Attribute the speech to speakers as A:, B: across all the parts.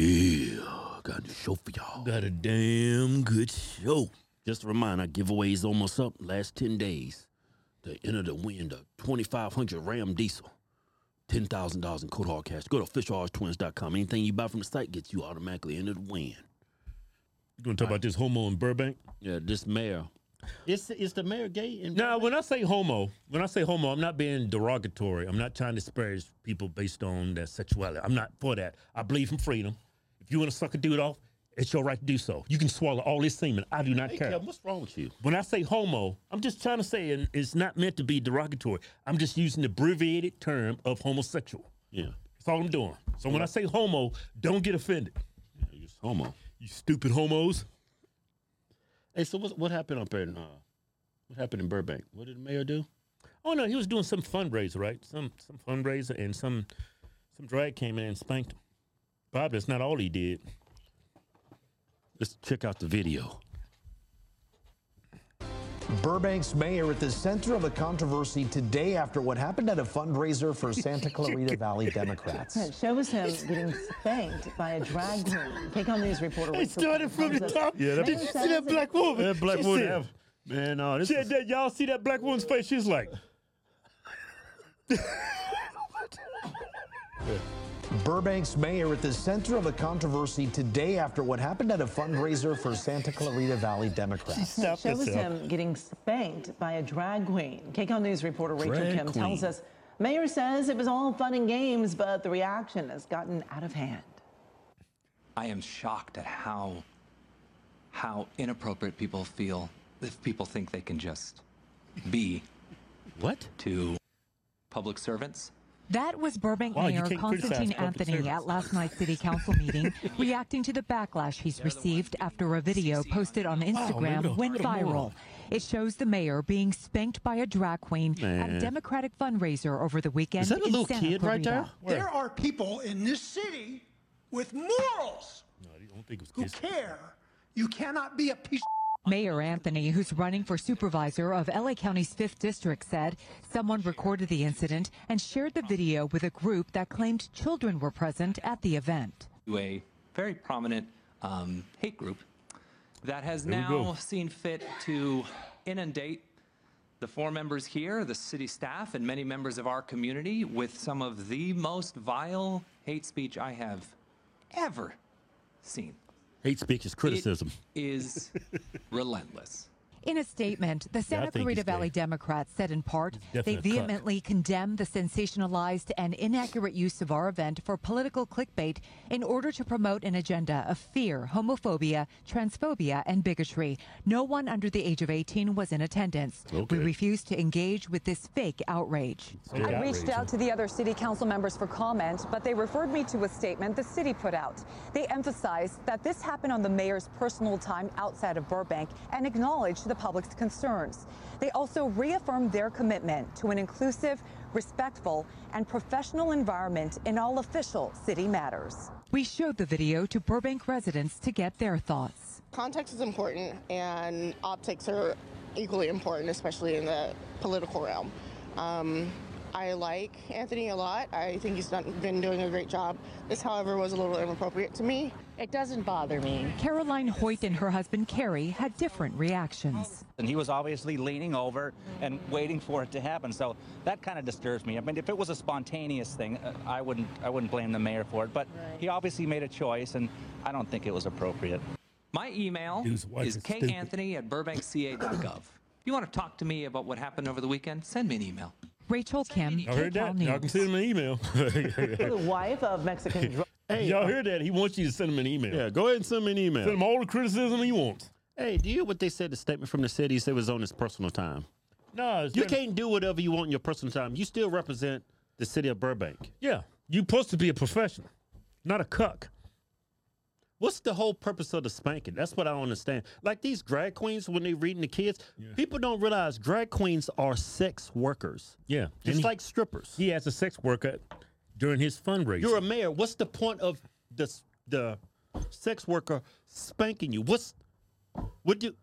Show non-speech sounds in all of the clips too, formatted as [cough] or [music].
A: Yeah, got a new show for y'all.
B: Got a damn good show. Just a reminder, giveaway is almost up. Last 10 days to enter to win the 2500 Ram Diesel. $10,000 in code hard cash. Go to fisharstwins.com. Anything you buy from the site gets you automatically into the win.
C: You gonna talk about this homo in Burbank?
B: Yeah, this mayor. Is, is the mayor gay? In
C: Now, when I say homo, when I say homo, I'm not being derogatory. I'm not trying to disparage people based on their sexuality. I'm not for that. I believe in freedom. If you want to suck a dude off, it's your right to do so. You can swallow all this semen. I do not
B: Hey,
C: care.
B: Kevin, what's wrong with you?
C: When I say homo, I'm just trying to say and it's not meant to be derogatory. I'm just using the abbreviated term of homosexual.
B: Yeah,
C: That's all I'm doing. So when I say homo, don't get offended.
B: yeah you're just homo.
C: You stupid homos.
B: Hey, so what, what happened up in uh, what happened in Burbank? What did the mayor do?
C: Oh no, he was doing some fundraiser, right? Some some fundraiser, and some some drag came in and spanked him. Bob, that's not all he did.
B: Let's check out the video.
D: Burbank's mayor at the center of a controversy today after what happened at a fundraiser for Santa Clarita Valley Democrats.
E: It shows him getting spanked by a drag queen. Take on news reporter.
C: It started from the top.
E: Yeah,
C: Did you see that black woman?
E: That
B: black
C: She
B: woman
C: said-
B: have- Man, no, this
C: she had
B: is,
C: that- y'all see that black woman's face? She's like,
D: Burbank's mayor at the center of a controversy today after what happened at a fundraiser for Santa Clarita Valley Democrats.
E: It
C: stop
E: shows
C: yourself.
E: him getting spanked by a drag queen. KCAL News reporter Rachel
B: Drag
E: Kim tells
B: queen.
E: us Mayor says it was all fun and games, but the reaction has gotten out of hand.
F: I am shocked at how how inappropriate people feel if people think they can just be
B: what?
F: to public servants.
G: That was Burbank
C: Wow, you
G: Mayor
C: can't criticize
G: Constantine
C: public servants.
G: Anthony at last night's city
B: [laughs]
G: council meeting, [laughs] reacting to the backlash he's received after a video posted on Instagram
C: maybe I
G: went
C: heard him more.
G: viral. It shows the mayor being spanked by a drag queen at
B: Man.
G: a Democratic fundraiser over the weekend.
B: Is that a
G: in
B: little
G: Santa
B: kid right
G: Clarita.
B: there?
H: There are people in this city with morals
C: no, I don't think it was
H: who
C: kids.
H: care. You cannot be a piece
G: Mayor Anthony, who's running for supervisor of LA County's 5th District, said someone recorded the incident and shared the video with a group that claimed children were present at the event.
F: to a very prominent um, hate group that has
C: we go.
F: now seen fit to inundate the four members here, the city staff, and many members of our community with some of the most vile hate speech I have ever seen.
B: Hate speech is
F: It
B: criticism.
F: is relentless.
G: In a statement, the Santa
C: think
G: Clarita
C: he's gay.
G: Valley Democrats said in part they
C: definite cuck.
G: vehemently condemn the sensationalized and inaccurate use of our event for political clickbait in order to promote an agenda of fear, homophobia, transphobia, and bigotry. No one under the age of 18 was in attendance.
C: Okay.
G: We refuse to engage with this fake outrage.
I: I reached out to the other city council members for comment, but they referred me to a statement the city put out. They emphasized that this happened on the mayor's personal time outside of Burbank and acknowledged the public's concerns. They also reaffirmed their commitment to an inclusive, respectful, and professional environment in all official city matters.
G: We showed the video to Burbank residents to get their thoughts.
J: Context is important, and optics are equally important, especially in the political realm. Um, I like Anthony a lot. I think he's done, been doing a great job. This, however, was a little inappropriate to me.
E: It doesn't bother me.
G: Caroline Hoyt and her husband Carrie had different reactions.
K: And he was obviously leaning over and waiting for it to happen. So that kind of disturbs me. I mean, if it was a spontaneous thing, uh, I wouldn't I wouldn't blame the mayor for it. But he obviously made a choice, and I don't think it was appropriate.
F: My email
C: Dude's wife
F: is
C: is stupid.
F: kanganthony at burbankca.gov. If you want to talk to me about what happened over the weekend, send me an email.
G: Rachel Kim,
C: I heard
G: KCAL
C: that.
G: News.
C: Y'all can send him an email.
B: [laughs]
E: The wife of Mexican drug.
C: Y'all heard that? He wants you to send him an email.
B: Yeah, go ahead and send me an email.
C: Send him all the criticism he wants.
B: Hey, do you hear what they said? The statement from the city said it was on his personal time.
C: No,
B: You can't do whatever you want in your personal time. You still represent the city of Burbank.
C: Yeah, you supposed to be a professional, not a cuck.
B: What's the whole purpose of the spanking? That's what I don't understand. Like these drag queens, when they reading the kids, people don't realize drag queens are sex workers.
C: Yeah,
B: Just
C: and he-
B: like strippers.
C: He has a sex worker during his fundraiser.
B: You're a mayor. What's the point of the the sex worker spanking you? What's what you?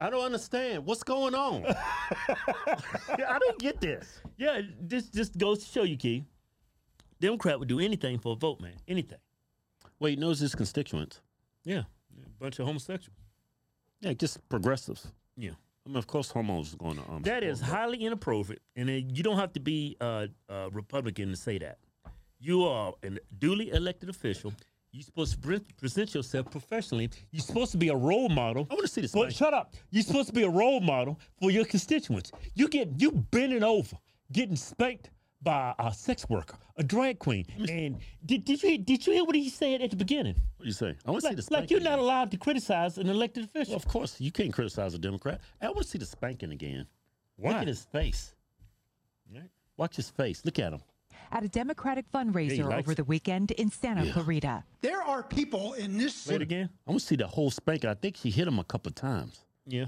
B: I don't understand. What's going on? [laughs] I don't get this.
C: yeah, this just goes to show you, Key. Democrat would do anything for a vote, man. Anything.
B: Well, he knows his constituents.
C: Yeah. A bunch of homosexuals.
B: Yeah, just progressives.
C: Yeah.
B: I mean, of course, homos going to. Um,
C: That is
B: support
C: highly inappropriate, and it, you don't have to be a, a Republican to say that. You are a duly elected official. You're supposed to pre- present yourself professionally. You're supposed to be a role model. I want to see this. But shut up. You're supposed to be a role model for your constituents. You get you bending over, getting spanked by a sex worker, a drag queen. And did, did you hear, did you hear what he said at the beginning?
B: What do you say? I want to see
C: Like-
B: the
C: like
B: spanking.
C: you're not allowed to criticize an elected official.
B: of course, you can't criticize a Democrat. I want to see the spanking again.
C: Why?
B: Look at his face. Watch his face. Look at him.
G: At a Democratic fundraiser
B: likes
G: over the weekend in Santa Clarita.
H: There are people in this
B: Play it
H: city.
C: again.
B: I want to see the whole spanking. I think she hit him a couple times.
C: Yeah.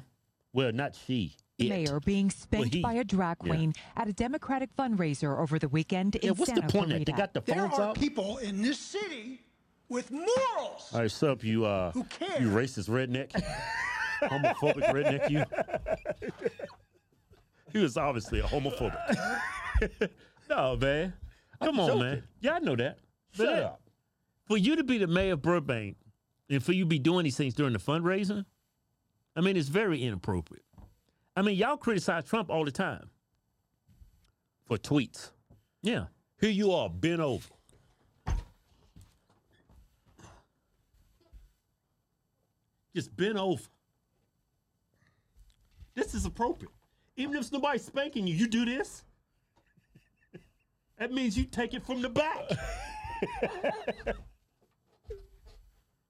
B: Well, not she.
G: The
B: It.
G: mayor being spanked
B: he-
G: by a drag
B: yeah.
G: queen at a Democratic fundraiser over the weekend
B: Yeah,
G: in
B: what's the
G: Santa
B: point of that?
G: Clarita.
B: They got the
H: There
B: phones
H: are
B: out.
H: people in this city with morals.
B: All right, sup, you uh,
H: Who cares?
B: you racist
C: [laughs]
B: redneck, homophobic redneck, you. He was obviously a homophobic.
C: [laughs] No, man. Come on, man. Yeah, I know that. But
B: Shut
C: that-
B: up.
C: For you to be the mayor of Burbank and for you be doing these things during the fundraiser, I mean, it's very inappropriate. I mean, y'all criticize Trump all the time.
B: for tweets.
C: Yeah.
B: Here you are, bent over.
C: Just bent over. This is appropriate. Even if nobody's spanking you, you do this. That means you take it from the back.
B: [laughs]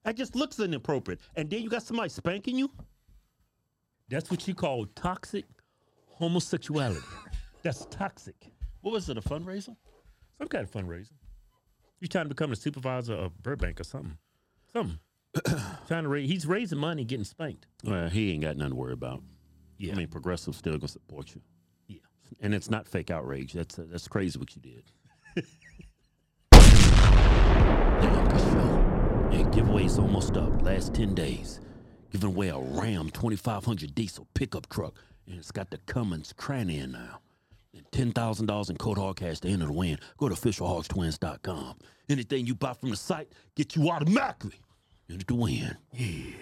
B: That just looks inappropriate. And then you got somebody spanking you.
C: That's what you call toxic homosexuality. [laughs] That's toxic.
B: What was it? A fundraiser?
C: Some kind of fundraiser. He's trying to become the supervisor of Burbank or something. Something. trying to raise. He's raising money, getting spanked.
B: Well, he ain't got nothing to worry about.
C: Yeah.
B: I mean, progressives still gonna support you.
C: Yeah.
B: And it's not fake outrage. That's uh, that's crazy what you
C: [laughs]
B: did. Damn, good show. Hey, giveaway's almost up. Last ten days, giving away a Ram 2500 diesel pickup truck, and it's got the Cummins cranny in now. And ten thousand dollars in cold hard cash to enter the win. Go to officialhogstwins.com. Anything you buy from the site get you automatically into the win. Yeah.